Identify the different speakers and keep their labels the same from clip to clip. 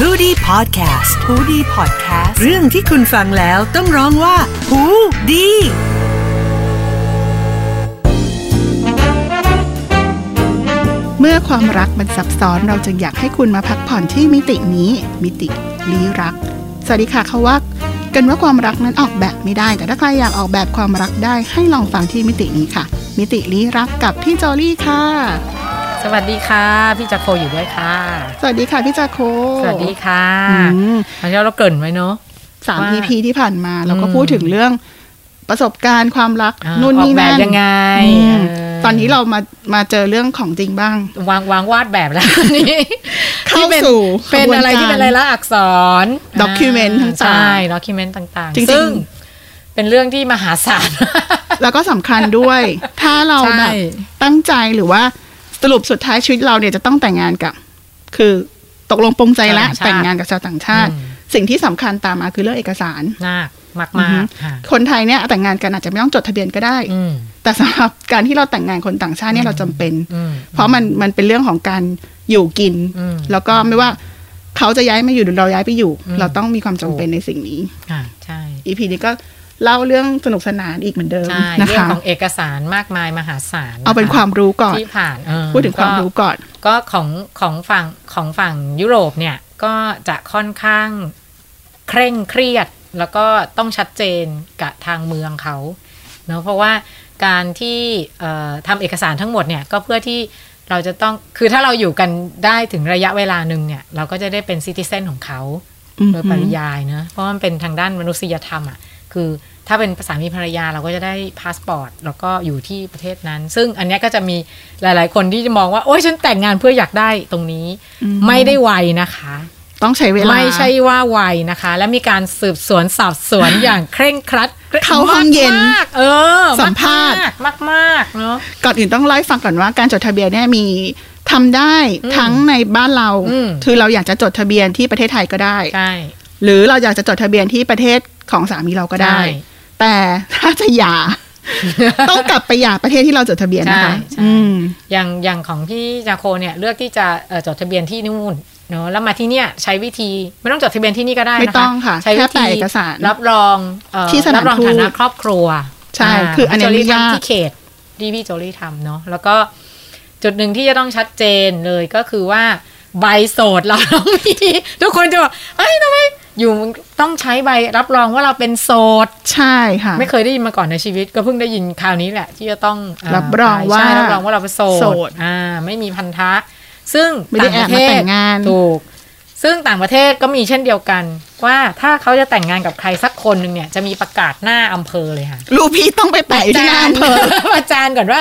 Speaker 1: h o ดี้พอดแคสต์ฮูดี้พอดแคสต์เรื่องที่คุณฟังแล้วต้องร้องว่าหูดี
Speaker 2: เมื่อความรักมันซับซ้อนเราจึงอยากให้คุณมาพักผ่อนที่มิตินี้ มิติลี้รัก สวัสดีค่ะเขาว่ากันว่าความรักนั้นออกแบบไม่ได้ แต่ถ้าใครอยากออกแบบความรักได้ให้ลองฟังที่มิตินี้ค่ะ มิติลี้รักกับพี่โจลี่ค่ะ
Speaker 3: สวัสดีค่ะ พี่จักรโคอยู่ด้วยค่ะ
Speaker 2: สวัสดีค่ะพี่จาโค
Speaker 3: สวัสดีค่ะ
Speaker 2: อืม
Speaker 3: วันนี้เราเกรินไว้เนาะ
Speaker 2: สาม
Speaker 3: ว่า
Speaker 2: EP ที่ผ่านมา เราก็พูดถึงเรื่องประสบการณ์ความรัก
Speaker 3: อ่า
Speaker 2: นู่นนี่นั่
Speaker 3: ออ
Speaker 2: น
Speaker 3: กแบบยังไง
Speaker 2: อืม
Speaker 3: เออ
Speaker 2: ตอนนี้เรามามาเจอเรื่องของจริงบ้าง
Speaker 3: วางวางวาดแบบแล้วนี่
Speaker 2: เข้า
Speaker 3: ที่ป็น
Speaker 2: สู่
Speaker 3: เป็นอะไร
Speaker 2: ขบว
Speaker 3: ที่
Speaker 2: น
Speaker 3: เป็น
Speaker 2: การ
Speaker 3: ลายลักษณ์อักษร
Speaker 2: document ต่างๆ
Speaker 3: ใช่ด็อกิเมนต์ต่าง
Speaker 2: จริงๆ
Speaker 3: ๆ ซึ่งเป็นเรื่องที่มหาศาล
Speaker 2: แล้วก็สำคัญด้วย ถ้าเราแบ
Speaker 3: ใช่
Speaker 2: บตั้งใจหรือว่าสรุปสุดท้ายชีวิตเราเนี่ยจะต้องแต่งงานกับ คือตกลงปรงใจแล้วแต่งงานกับชาวต่างชาติ สิ่งที่สำคัญตามมาคือเรื่องเอกสาร
Speaker 3: มาก
Speaker 2: อือ
Speaker 3: มากมา
Speaker 2: ฮึ
Speaker 3: กค่ะ
Speaker 2: คนไทยเนี่ยแต่งงานกันอาจจะไม่ต้องจดทะเบียนก็ได้
Speaker 3: อืม
Speaker 2: แต่สำหรับการที่เราแต่งงานคนต่างชาติเนี่ยเราจำเป็น
Speaker 3: อืม
Speaker 2: เพราะมันมันเป็นเรื่องของการอยู่กิน
Speaker 3: อืม
Speaker 2: แล้วก็ไม่ว่าเขาจะย้ายมาอยู่หรือเราย้ายไปอยู่
Speaker 3: อืม
Speaker 2: เราต้องมีความจำเป็นในสิ่งนี้
Speaker 3: ค่ะใช่
Speaker 2: อีพีนี้ก็เล่าเรื่องสนุกสนานอีกเหมือนเดิม
Speaker 3: ใช่
Speaker 2: นะ
Speaker 3: เรื่อง
Speaker 2: คะ
Speaker 3: ของเอกสารมากมายมหาศาล
Speaker 2: เอาเป็น
Speaker 3: นะคะ
Speaker 2: ความรู้ก่อน
Speaker 3: ที่ผ่านเออ
Speaker 2: พูดถึงความรู้ก่อน
Speaker 3: ก็ของของฝั่งของฝั่งยุโรปเนี่ยก็จะค่อนข้างเคร่งเครียด แล้วก็ต้องชัดเจนกับทางเมืองเขาเนาะเพราะว่าการที่เอ่อทำเอกสารทั้งหมดเนี่ยก็เพื่อที่เราจะต้องคือถ้าเราอยู่กันได้ถึงระยะเวลาหนึ่งเนี่ย เราก็จะได้เป็นซิติเซนของเขา โดยปริยายเนอะเพราะมันเป็นทางด้านมนุษยธรรมอ่ะ คือถ้าเป็นสามีภรรยาเราก็จะได้พาสปอร์ต แล้วก็อยู่ที่ประเทศนั้น ซึ่งอันเนี้ยก็จะมีหลาย ๆ คนที่จะมองว่า โอ๊ยฉันแต่งงานเพื่ออยากได้ตรงนี้
Speaker 2: อืม
Speaker 3: ไม่ได้ไวนะคะ
Speaker 2: ต้องใช้เวลา
Speaker 3: ไม่ใช่ว่าไวนะคะ และมีการสืบสวนสอบสวน อย่างเคร่งครัด
Speaker 2: เข้าห้องเย็น
Speaker 3: มากๆเออ
Speaker 2: สัมภาษณ์
Speaker 3: มากๆมากๆเนาะ
Speaker 2: ก่อนอื่นต้องเล่าให้ฟังก่อนว่าการจดทะเบียนเนี่ยมีทำได้
Speaker 3: อืม
Speaker 2: ทั้งในบ้านเรา
Speaker 3: อืม
Speaker 2: คือเราอยากจะจดทะเบียนที่ประเทศไทยก็ได้
Speaker 3: ใช่
Speaker 2: หรือเราอยากจะจดทะเบียนที่ประเทศของสามีเราก็ได้
Speaker 3: ใช่
Speaker 2: แต่ถ้าจะห ย่า ต้องกลับไปหย่าประเทศที่เราจดทะเบียนนะคะ
Speaker 3: ใช่ใช่
Speaker 2: อืม
Speaker 3: อย่างอย่างของพี่จาโคเนี่ยเลือกที่จะเอ่อจดทะเบียนที่นู่นเนาะแล้วมาที่เนี่ยใช้วิธีไม่ต้องจดทะเบียนที่นี่ก็ได้น
Speaker 2: ไม่ต้องค่ะ
Speaker 3: ใช้วิ
Speaker 2: แค่แปะ
Speaker 3: ธี
Speaker 2: เอกสาร
Speaker 3: รับรองเอ่อ
Speaker 2: ที่สถาน
Speaker 3: รับรอง
Speaker 2: ทูต
Speaker 3: ฐานะครอบครัว
Speaker 2: ใช่คืออันเนี้ย
Speaker 3: พี่โจลี่
Speaker 2: ไม่ยาก
Speaker 3: ทำที่เขตที่พี่โจลี่ทำเนาะแล้วก็จุดหนึ่งที่จะต้องชัดเจนเลยก็คือว่าใบโสดเราต้องมี ทุกคนจะบอกเอ้ยทำไมอยู่ต้องใช้ใบรับรองว่าเราเป็นโสด
Speaker 2: ใช่ค่ะ
Speaker 3: ไม่เคยได้ยินมาก่อนในชีวิตก็เพิ่งได้ยินคราวนี้แหละ ที่จะต้องา
Speaker 2: รับรอง
Speaker 3: ไป
Speaker 2: ว่า
Speaker 3: ใช่รับรองว่าเราเป็นโส
Speaker 2: โส
Speaker 3: ด
Speaker 2: ด
Speaker 3: อ่าไม่มีพันธะ ซึ่ง
Speaker 2: ไม่ได้
Speaker 3: ต่างประเท
Speaker 2: แอบมา
Speaker 3: ศ
Speaker 2: แต่งงาน
Speaker 3: ถูก ซึ่งต่างประเทศก็มีเช่นเดียวกัน ว่าถ้าเขาจะแต่งงานกับใครสักคนหนึ่งเนี่ยจะมีประกาศหน้าอำเภอเลยค่ะ
Speaker 2: ลูกพี่ต้องไปแปะอยู่ที่หน้าอำเภอ
Speaker 3: ประจานก่อนว่า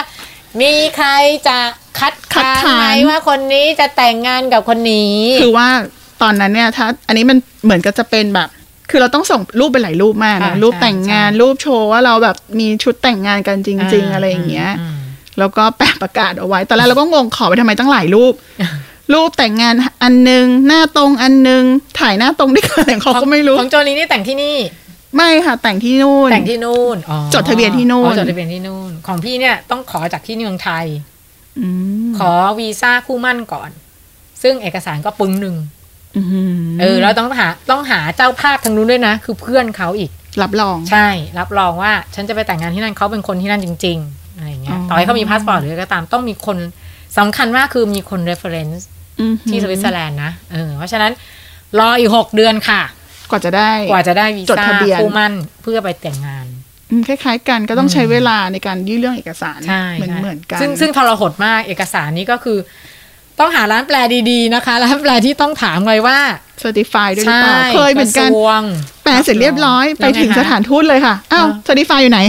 Speaker 3: มีใครจะคัดค้าน
Speaker 2: คัดค้าน
Speaker 3: ไหมว่าคนนี้จะแต่งงานกับคนนี้
Speaker 2: คือว่าตอนนั้นเนี่ยถ้าอันนี้มันเหมือนก็จะเป็นแบบ คือเราต้องส่งรูปไปหลายรูปมากนะ
Speaker 3: อ่า
Speaker 2: รูป
Speaker 3: ใช่
Speaker 2: แต่งงาน
Speaker 3: ใช่
Speaker 2: รูปโชว์ว่าเราแบบมีชุดแต่งงานกันจริง ๆ อะไรอย่างเงี้ย
Speaker 3: ม
Speaker 2: แล้วก็แปะประกาศเอาไว้ ตอนแรกเราก็งงขอไปทำไมตั้งหลายรู ป รูปแต่งงานอันนึง หน้าตรงอันนึง ถ่ายหน้าตรงด้วยกัน เขาก็ไม่รู้
Speaker 3: ของโจลีนี่แต่งที่นี่
Speaker 2: ไม่ค่ะแต่งที่นู่น
Speaker 3: แต่งที่นู่นอ๋อ
Speaker 2: จดทะเบียนที่นู่น
Speaker 3: อ๋อจดทะเบียนที่นู่น ของพี่เนี่ยต้องขอจากที่เมืองไทย
Speaker 2: อืม
Speaker 3: ขอวีซ่าคู่หมั่นก่อน ซึ่งเอกสารก็ปึ้งหนึ่ง
Speaker 2: ม
Speaker 3: เออแล้วต้องหาต้องหาเจ้าภาพทางนู้นด้วยนะ คือเพื่อนเขาอีก
Speaker 2: รับรอง
Speaker 3: ใช่ รับรองว่าฉันจะไปแต่งงานที่นั่นเขาเป็นคนที่นั่นจริงๆอะไรอย่างเงี้
Speaker 2: อ๋
Speaker 3: ย
Speaker 2: อ
Speaker 3: ต่อให้เขามีพาสปอร์ตหรืออะไรก็ตามต้องมีคนสำคัญมากคือมีคน reference
Speaker 2: อืม
Speaker 3: ที่สวิตเซอร์แลนด์นะเออเพราะฉะนั้นรออีกหกเดือนค่ะ
Speaker 2: กว่าจะได้
Speaker 3: กว่าจะได้วี
Speaker 2: จด
Speaker 3: ซ่า
Speaker 2: ทะเบียน
Speaker 3: คู่หมั่นเพื่อไปแต่งงาน
Speaker 2: อืมคล้าย ๆ กันก็ต้องใช้เวลาในการยื่นเรื่องเอกสาร
Speaker 3: ใช่
Speaker 2: เหมือน
Speaker 3: ใช่
Speaker 2: เหมือนกัน
Speaker 3: ซึ่งซึ่งทรหดมากเอกสารนี้ก็คือ ต้องหาร้านแปลดีๆนะคะ ร้านแปลที่ต้องถามเลยว่า
Speaker 2: เซอร์ติฟายด้วยหรือเป
Speaker 3: ใช่
Speaker 2: ล่าเคยเหมือนกัน
Speaker 3: ระทรวง
Speaker 2: แปลเสร็จเรียบร้อย
Speaker 3: แล้วไง
Speaker 2: ไปถึงสถานทูตเลยค่ะ อ้าว
Speaker 3: เออ
Speaker 2: เซอร์ติฟายอยู่ไหน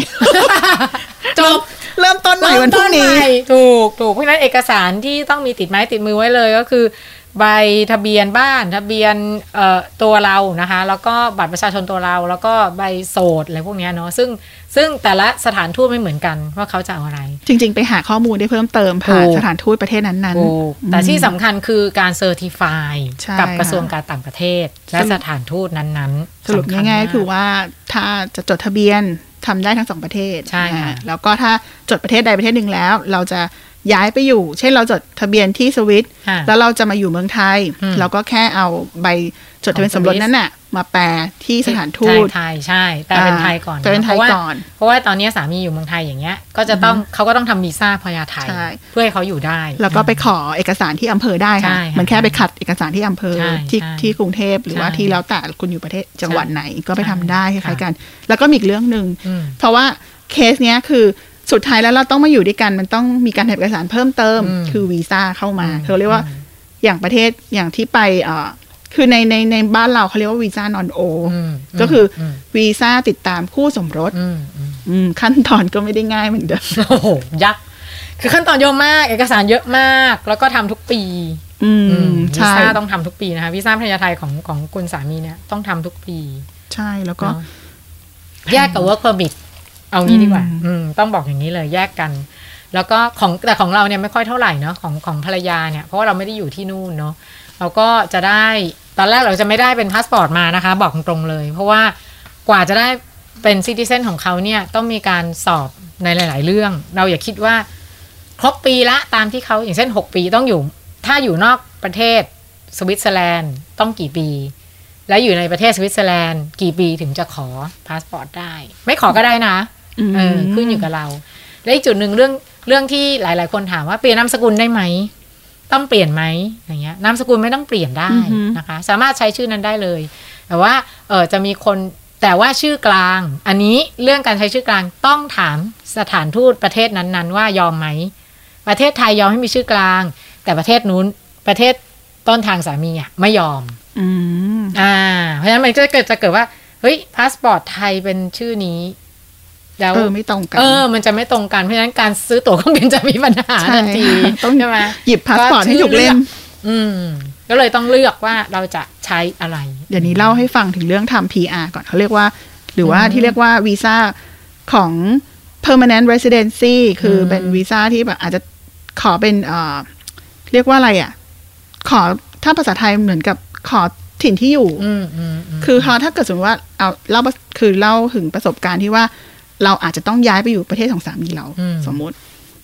Speaker 3: จบ
Speaker 2: เริ่มต้นใหม่วันพรุ่งนี้
Speaker 3: เริ่มต้ใหม่ถูกถูกเพราะฉะนั้นเอกสารที่ต้องมีติดไม้ติดมือไว้เลยก็คือ ใบทะเบียนบ้าน ทะเบียนเอ่อตัวเรานะคะ แล้วก็บัตรประชาชนตัวเรา แล้วก็ใบโสดอะไรพวกเนี้ยเนาะซึ่งซึ่งแต่ละสถานทูตไม่เหมือนกันว่าเขาจะเอาอะไร
Speaker 2: จริง ๆ ไปหาข้อมูลได้เพิ่มเติมผ่าน
Speaker 3: ถูก
Speaker 2: สถานทูตประเทศนั้น
Speaker 3: ถูกแต่ที่
Speaker 2: อืม
Speaker 3: สำคัญคือการเซอร์ติฟาย
Speaker 2: ใช่
Speaker 3: กับกระ
Speaker 2: ค่ะ
Speaker 3: ทรวงการต่างประเทศ และสถานทูตนั้น
Speaker 2: ๆ
Speaker 3: ๆ
Speaker 2: สรุป
Speaker 3: ำญ
Speaker 2: ง่าย
Speaker 3: มก
Speaker 2: ๆคือว่าถ้าจะจดทะเบียนทำได้ทั้งสองประเทศ
Speaker 3: ใช่ค่ะ
Speaker 2: อ่าแล้วก็ถ้าจดประเทศใดประเทศหนึ่งแล้ว เราจะ ย้ายไปอยู่ เช่นเราจดทะเบียนที่สวิต
Speaker 3: ค่ะ
Speaker 2: แล้วเราจะมาอยู่เมืองไทย
Speaker 3: อืม
Speaker 2: เราก็แค่เอาใบจดทะเบียนสมรสนั้นน่ะ มาแปลที่สถานทูต
Speaker 3: ไทยใช่แต่เป็นไทยก่อน
Speaker 2: แต่เป็นไทย
Speaker 3: พราะว่า
Speaker 2: ก่อน
Speaker 3: เพราะว่าตอนนี้สามีอยู่เมืองไทยอย่างเงี้ย ก็จะต้องเขาก็ต้องทำวีซ่าพยาไทย
Speaker 2: ใช่
Speaker 3: เพื่อให้เขาอยู่ได้
Speaker 2: แล้วก็ไปขอเอกสารที่อำเภอได้ค่ะ
Speaker 3: ใช่ค่ะ
Speaker 2: มันแค่ไปขัดเอกสารที่อำเภอ
Speaker 3: ใช่
Speaker 2: ที่
Speaker 3: ใช่
Speaker 2: ที่กรุงเทพหรือว่า
Speaker 3: ใช่
Speaker 2: ที่แล้วแต่คุณอยู่ประเทศจังหวัดไหนก็ไป
Speaker 3: ใช่
Speaker 2: ทำได้ค
Speaker 3: ค่ะ
Speaker 2: ล้ายๆกัน แล้วก็มีอีกเรื่องหนึ่ง
Speaker 3: อืม
Speaker 2: เพราะว่าเคสเนี้ยคือสุดท้ายแล้วเราต้องมาอยู่ด้วยกัน มันต้องมีการทำเอกสารเพิ่มเติม
Speaker 3: อืม
Speaker 2: คือวีซ่าเข้ามา
Speaker 3: อืม
Speaker 2: เขาเรียกว่า
Speaker 3: อืม
Speaker 2: อย่างประเทศอย่างที่ไปเอ่อคือในในในบ้านเราเขาเรียกว่าวีซ่านอนโอ
Speaker 3: อืม
Speaker 2: ก็คือ
Speaker 3: ม
Speaker 2: วีซ่าติดตามคู่สมรส
Speaker 3: อืมอืม
Speaker 2: อืมขั้นตอนก็ไม่ได้ง่ายเหมือนเดิม
Speaker 3: โอ้โหยักษ์คือขั้นตอนเยอะมาก เอกสารเยอะมาก แล้วก็ทำทุกปี
Speaker 2: อืม
Speaker 3: อืมวี
Speaker 2: ใช่
Speaker 3: ซ่าต้องทำทุกปีนะคะวีซ่าพยาไทยของของคุณสามีเนี่ยต้องทำทุกปี
Speaker 2: ใช่แล้วก็
Speaker 3: เนอะแยกกับ work permit เอางี้ดีกว่า
Speaker 2: อืม
Speaker 3: อืมต้องบอกอย่างนี้เลยแยกกัน แล้วก็ของแต่ของเราเนี่ยไม่ค่อยเท่าไหร่เนาะของของภรรยาเนี่ยเพราะว่าเราไม่ได้อยู่ที่นู่นเนาะเราก็จะได้ตอนแรกเราจะไม่ได้เป็นพาสปอร์ตมานะคะ บอกตรงๆเลย เพราะว่ากว่าจะได้เป็นซิติเซนของเขาเนี่ยต้องมีการสอบในหลาย ๆ เรื่อง เราอย่าคิดว่าครบปีละตามที่เขาอย่างเช่น 6 ปีต้องอยู่ ถ้าอยู่นอกประเทศสวิตเซอร์แลนด์ต้องกี่ปี และอยู่ในประเทศสวิตเซอร์แลนด์กี่ปีถึงจะขอพาสปอร์ตได้ ไม่ขอก็ได้นะ เออขึ้นอยู่กับเรา และอีกจุดหนึ่งเรื่องเรื่องที่หลาย ๆ คนถามว่าเปลี่ยนนามสกุลได้ไหม ต้องเปลี่ยนไหมอย่างเงี้ยนามสกุลไม่ต้องเปลี่ยนได้
Speaker 2: อือหือ
Speaker 3: นะคะ สามารถใช้ชื่อนั้นได้เลย แต่ว่าเออจะมีคนแต่ว่าชื่อกลาง อันนี้เรื่องการใช้ชื่อกลางต้องถามสถานทูตประเทศนั้น ๆ ว่ายอมไหม ประเทศไทยยอมให้มีชื่อกลาง แต่ประเทศนู้นประเทศต้นทางสามีอ่ะไม่ยอม
Speaker 2: อืม
Speaker 3: อ่า เพราะฉะนั้นมันก็จะเกิดจะเกิดว่าเฮ้ยพาสปอร์ตไทยเป็นชื่อนี้แล้ว
Speaker 2: เออไม่ตรงกัน
Speaker 3: เออ มันจะไม่ตรงกัน เพราะฉะนั้นการซื้อตั๋วเครื่องบินจะมีปัญหา
Speaker 2: ใช่
Speaker 3: ทันที
Speaker 2: ต้อง
Speaker 3: ใช่ไหม
Speaker 2: หยิบพาสปอร์ตให้ถูกเล่ม
Speaker 3: อืม ก็เลยต้องเลือกว่าเราจะใช้อะไร
Speaker 2: เดี๋ยวนี้เล่าให้ฟังถึงเรื่องทำ PR ก่อนเขาเรียกว่า หรือว่า
Speaker 3: อืม
Speaker 2: ที่เรียกว่าวีซ่าของ permanent residency คืออ
Speaker 3: ม
Speaker 2: เป็นวีซ่าที่แบบอาจจะขอเป็นเอ่อเรียกว่าอะไรอ่ะ ขอถ้าภาษาไทยเหมือนกับขอถิ่นที่อยู่
Speaker 3: อืมอืมอืม
Speaker 2: คือเขาถ้าเกิดสมมติว่าเอาเล่าประคือเล่าถึงประสบการณ์ที่ว่าเราอาจจะต้องย้ายไปอยู่ประเทศของสามีเรา
Speaker 3: อืม
Speaker 2: สมมุติ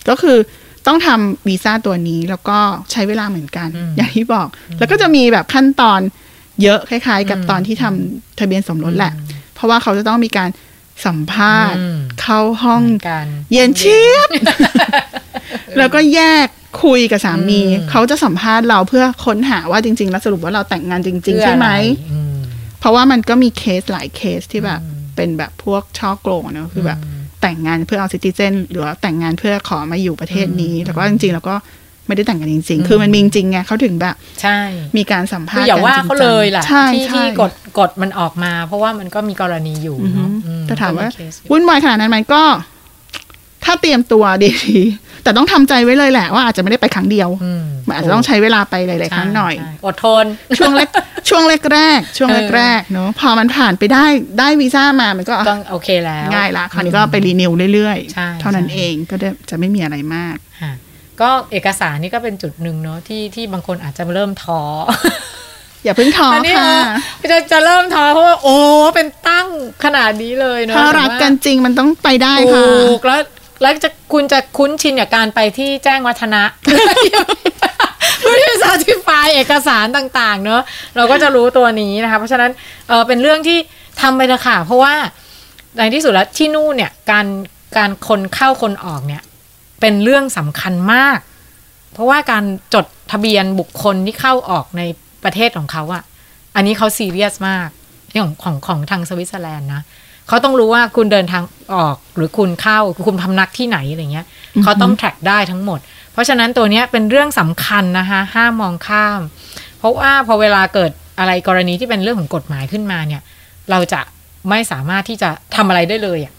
Speaker 2: ก็คือต้องทำวีซ่าตัวนี้แล้วก็ใช้เวลาเหมือนกัน
Speaker 3: อืม
Speaker 2: อย่างที่บอก แล้วก็จะมีแบบขั้นตอนเยอะคล้าย ๆ กับ
Speaker 3: อืม
Speaker 2: ตอนที่ทำทะเบียนสมรสแหละ เพราะว่าเขาจะต้องมีการสัมภาษณ์
Speaker 3: อืม
Speaker 2: เข้าห้อง
Speaker 3: เหมือนกัน
Speaker 2: เย็นเชียบ แล้วก็แยกคุยกับสามี
Speaker 3: อืม
Speaker 2: เขาจะสัมภาษณ์เราเพื่อค้นหาว่าจริง ๆ แล้วสรุปว่าเราแต่งงานจริง ๆ ใช่ไหม
Speaker 3: เพื่ออะไรอืม
Speaker 2: เพราะว่ามันก็มีเคสหลายเคสที่แบบ
Speaker 3: อืม
Speaker 2: เป็นแบบพวกช่อโกงอะเนอะคือแบบแต่งงานเพื่อเอาซิติเซนหรือว่าแต่งงานเพื่อขอมาอยู่ประเทศนี้ แล้วก็จริงๆ แล้วก็ไม่ได้แต่งกันจริง ๆ คือมันมีจริงๆไงเขาถึงแบบ
Speaker 3: ใช่
Speaker 2: มีการสัมภา
Speaker 3: คื
Speaker 2: ษ
Speaker 3: อ
Speaker 2: ณ์
Speaker 3: อย่า
Speaker 2: กัน
Speaker 3: ว่า
Speaker 2: จริงๆ
Speaker 3: เขาเลยล่ะ
Speaker 2: ใช่
Speaker 3: ที่
Speaker 2: ใช่
Speaker 3: ที่กฎกฎมันออกมา เพราะว่ามันก็มีกรณีอยู่
Speaker 2: อือฮึ
Speaker 3: เนาะอื
Speaker 2: แต่ถามว่า
Speaker 3: เคสอยู่
Speaker 2: วุ่นวายขนาดนั้นไหมก็ ถ้าเตรียมตัวดีๆแต่ต้องทำใจไว้เลยแหละว่าอาจจะไม่ได้ไปครั้งเดียว
Speaker 3: อืม
Speaker 2: มันอาจจะต้องใช้เวลาไปหลายๆครั้งหน่อย
Speaker 3: ใช่อดทน
Speaker 2: ช่วงแรกช่วงแรกๆช่วง
Speaker 3: เออ
Speaker 2: แรกๆเนาะพอมันผ่านไปได้ได้วีซ่ามามันก็
Speaker 3: ต้องโอเคแล้ว
Speaker 2: ง่ายละคราวนี้ก็ไปรีนิวเรื่อย
Speaker 3: ใช่
Speaker 2: ๆ เท่านั้น
Speaker 3: ใช่
Speaker 2: เองก็ได้จะไม่มีอะไรมาก
Speaker 3: ค่ะก็เอกสารนี่ก็เป็นจุดหนึ่งเนาะที่ที่บางคนอาจจะเริ่มท้อ
Speaker 2: อย่าเพิ่งท้อ
Speaker 3: ตอนนี้
Speaker 2: ค่ะ
Speaker 3: เออจะจะเริ่มท้อเพราะว่าโอ้เป็นตั้งขนาดนี้เลยเนาะ
Speaker 2: ถ้ารักกันจริงมันต้องไปได้
Speaker 3: แต่ว่า
Speaker 2: ค่ะ
Speaker 3: ถูกแล้วแล้วจะคุณจะคุ้นชินกับการไปที่แจ้งวัฒนะ เพื่อที่จะ certify เอกสารต่าง ๆ เนาะเราก็จะรู้ตัวนี้นะคะ เพราะฉะนั้นเออเป็นเรื่องที่ทำไปเถอะค่ะเพราะว่า ในที่สุดแล้วที่นู่นเนี่ยการการคนเข้าคนออกเนี่ย เป็นเรื่องสำคัญมาก เพราะว่าการจดทะเบียนบุคคลที่เข้าออกในประเทศของเขาอะอันนี้เขาซีเรียสมากเรื่องของของของทางสวิตเซอร์แลนด์นะเขาต้องรู้ว่าคุณเดินทางออกหรือคุณเข้าคุณพำนักที่ไหนอะไรเงี้ยเขาต้องแทร็กได้ทั้งหมด เพราะฉะนั้นตัวเนี้ยเป็นเรื่องสำคัญนะคะห้ามมองข้าม เพราะว่าพอเวลาเกิดอะไรกรณีที่เป็นเรื่องของกฎหมายขึ้นมาเนี่ย เราจะไม่สามารถที่จะทำอะไรได้เลยอะ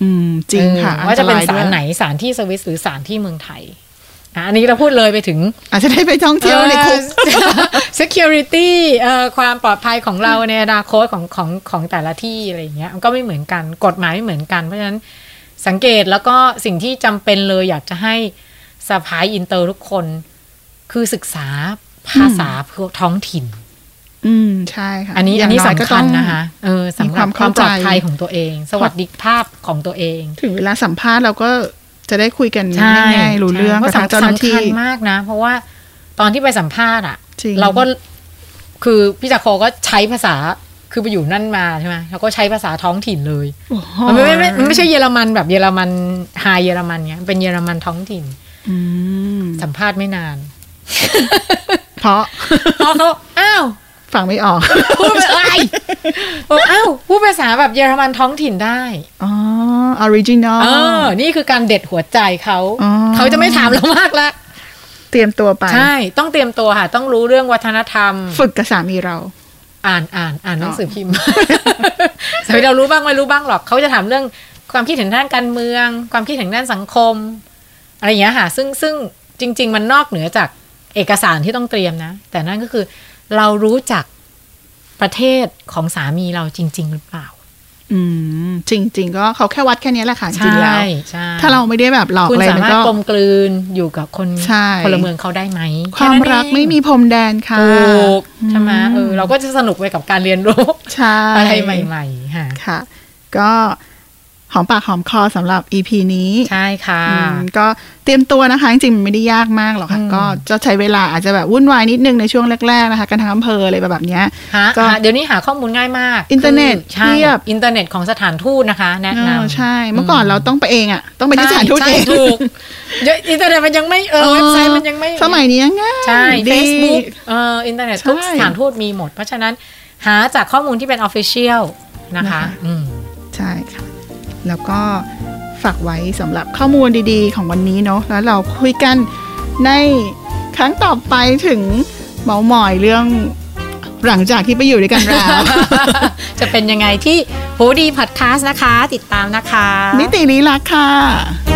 Speaker 2: อืม จริงค่ะ
Speaker 3: เออว่าจะเป็น
Speaker 2: อัต
Speaker 3: สาร
Speaker 2: ย
Speaker 3: รไหน
Speaker 2: ด้วย
Speaker 3: สารที่สวิสหรือสารที่เมืองไทยอ่ะอันนี้เราพูดเลยไปถึง
Speaker 2: อาจจะได้ไปท่องเที่ยวในคุ ก
Speaker 3: เอ่อ security เอ่อความปลอดภัยของเราในอนาคตของของของแต่ละที่อะไรอย่างเงี้ยมันก็ไม่เหมือนกันกฎหมายไม่เหมือนกัน เพราะฉะนั้นสังเกตแล้วก็สิ่งที่จำเป็นเลยอยากจะให้สภายอินเตอร์ทุกคน คือศึกษาภาษาท้องถิ่น
Speaker 2: อืม ใช่ค่ะ
Speaker 3: อันนี้
Speaker 2: ย่า
Speaker 3: อั
Speaker 2: ง
Speaker 3: นนี้
Speaker 2: ยก็
Speaker 3: สำ
Speaker 2: ต้
Speaker 3: คั
Speaker 2: อ
Speaker 3: ญ
Speaker 2: ง
Speaker 3: นะคะเออสำหรับ
Speaker 2: มี
Speaker 3: ค
Speaker 2: ความ
Speaker 3: วามปลอด
Speaker 2: เข้าใจ
Speaker 3: ภัยของตัวเอง สวัสดิภาพของตัวเอง
Speaker 2: ถึงเวลาสัมภาษณ์เราก็ จะได้คุยกัน
Speaker 3: ใช่
Speaker 2: ง่ายๆรู้เรื่อง
Speaker 3: ใช่
Speaker 2: กับทาง
Speaker 3: พะ
Speaker 2: เจ้าหน้า
Speaker 3: สำ
Speaker 2: ที่
Speaker 3: คัญมากนะ เพราะว่าตอนที่ไปสัมภาษณ์อ่ะ
Speaker 2: จริง
Speaker 3: เราก็คือพี่จาโคก็ใช้ภาษาคือไปอยู่นั่นมาใช่ไหมเราก็ใช้ภาษาท้องถิ่นเลยมันไม่ไม่ไม่ไม่ใช่เยอรมันแบบเยอรมันไฮเยอรมันเนี้ยเป็นเยอรมันท้องถิ่น
Speaker 2: อืม
Speaker 3: สัมภาษณ์ไม่ นาน
Speaker 2: เพราะ
Speaker 3: เพอเขาอ้าว
Speaker 2: ฟังไม่ออก
Speaker 3: พูดอะไรบอกอ้าวพูดภาษาแบบเยอรมันท้องถิ่นได้
Speaker 2: อ๋อออริจินอล
Speaker 3: เออนี่คือการเด็ดหัวใจเขา
Speaker 2: อ๋อ
Speaker 3: เขาจะไม่ถามเรามากละ
Speaker 2: เตรียมตัวไป
Speaker 3: ใช่ต้องเตรียมตัวค่ะ ต้องรู้เรื่องวัฒนธรรม
Speaker 2: ฝึกกับสามีเรา
Speaker 3: อ่านอ่านอ่านหนั
Speaker 2: อ๋
Speaker 3: ง
Speaker 2: อ
Speaker 3: สือพิมพ์ สมัยเรารู้บ้างไม่รู้บ้างหรอกเขาจะถามเรื่องความคิดเห็นด้านการเมือง ความคิดเห็นด้านสังคม อะไรอย่างเงี้ยค่ะ ซึ่งซึ่งจริง ๆ มันนอกเหนือจากเอกสารที่ต้องเตรียมนะ แต่นั่นก็คือเรารู้จักประเทศของสามีเราจริง ๆ หรือเปล่า
Speaker 2: อืม จริง ๆ ก็เขาแค่วัดแค่นี้แหละค่ะจริงๆแล้ว
Speaker 3: ใช่ใช่
Speaker 2: ถ้าเราไม่ได้แบบหลอก
Speaker 3: คุณ
Speaker 2: อะไร
Speaker 3: สา
Speaker 2: มัน
Speaker 3: มารถ
Speaker 2: ก็
Speaker 3: กลมกลืนอยู่กับคน
Speaker 2: ใช่
Speaker 3: พลเมืองเขาได้ไหม
Speaker 2: ควา
Speaker 3: แนั้
Speaker 2: ม
Speaker 3: นเอง
Speaker 2: รักไม่มีพรมแดนค่ะ
Speaker 3: ถูกใช่ไหมเออเราก็จะสนุกไปกับการเรียนรู้
Speaker 2: ใช่
Speaker 3: อะไรใหม่ๆค่ะ
Speaker 2: ค่ะ ก็หอมปากหอมคอสำหรับ EP นี้
Speaker 3: ใช่ค่ะ
Speaker 2: อืมก็เตรียมตัวนะคะ จริงๆมันไม่ได้ยากมากหรอกค่ะ
Speaker 3: อืม
Speaker 2: ก็จะใช้เวลาอาจจะแบบวุ่นวายนิดนึงในช่วงแรกๆนะคะ กันทางอำเภออะไรแบบเนี้ย
Speaker 3: หา
Speaker 2: ก็
Speaker 3: หาเดี๋ยวนี้หาข้อมูลง่ายมาก
Speaker 2: อินเทอร์เน็ต
Speaker 3: คือใช่
Speaker 2: เพียบ
Speaker 3: อินเทอร์เน็ตของสถานทูตนะคะ แนะ
Speaker 2: เออน
Speaker 3: ำ
Speaker 2: ใช่ เมื่อก่อนเราต้องไปเองอ่ะ ต้องไปที่สถานทูต
Speaker 3: ใช่
Speaker 2: เอ
Speaker 3: ใช่
Speaker 2: ง
Speaker 3: ถูกเดี๋ยวอินเทอร์เน็ตมันยังไม่เออ
Speaker 2: เออ
Speaker 3: เว็บไซต์มันยังไม่
Speaker 2: สมัยนี้ง่าย
Speaker 3: ใช่
Speaker 2: ดี
Speaker 3: Facebook เอออินเทอร์เน็ต
Speaker 2: ใช่
Speaker 3: ทุกสถานทูตมีหมด เพราะฉะนั้นหาจากข้อมูลที่เป็นออฟฟิเชียลนะคะ
Speaker 2: นะคะ
Speaker 3: อืม
Speaker 2: ใช่ค่ะ แล้วก็ฝากไว้สำหรับข้อมูลดีๆ ของวันนี้เนาะแล้วเราคุยกันในครั้งต่อไปถึงเมาหมอยเรื่องหลังจากที่ไปอยู่ด้วยกันแล้ว
Speaker 3: จะเป็นยังไงที่โหดีพอดแคสต์นะคะ ติดตามนะคะ
Speaker 2: นิติลีลักค่ะ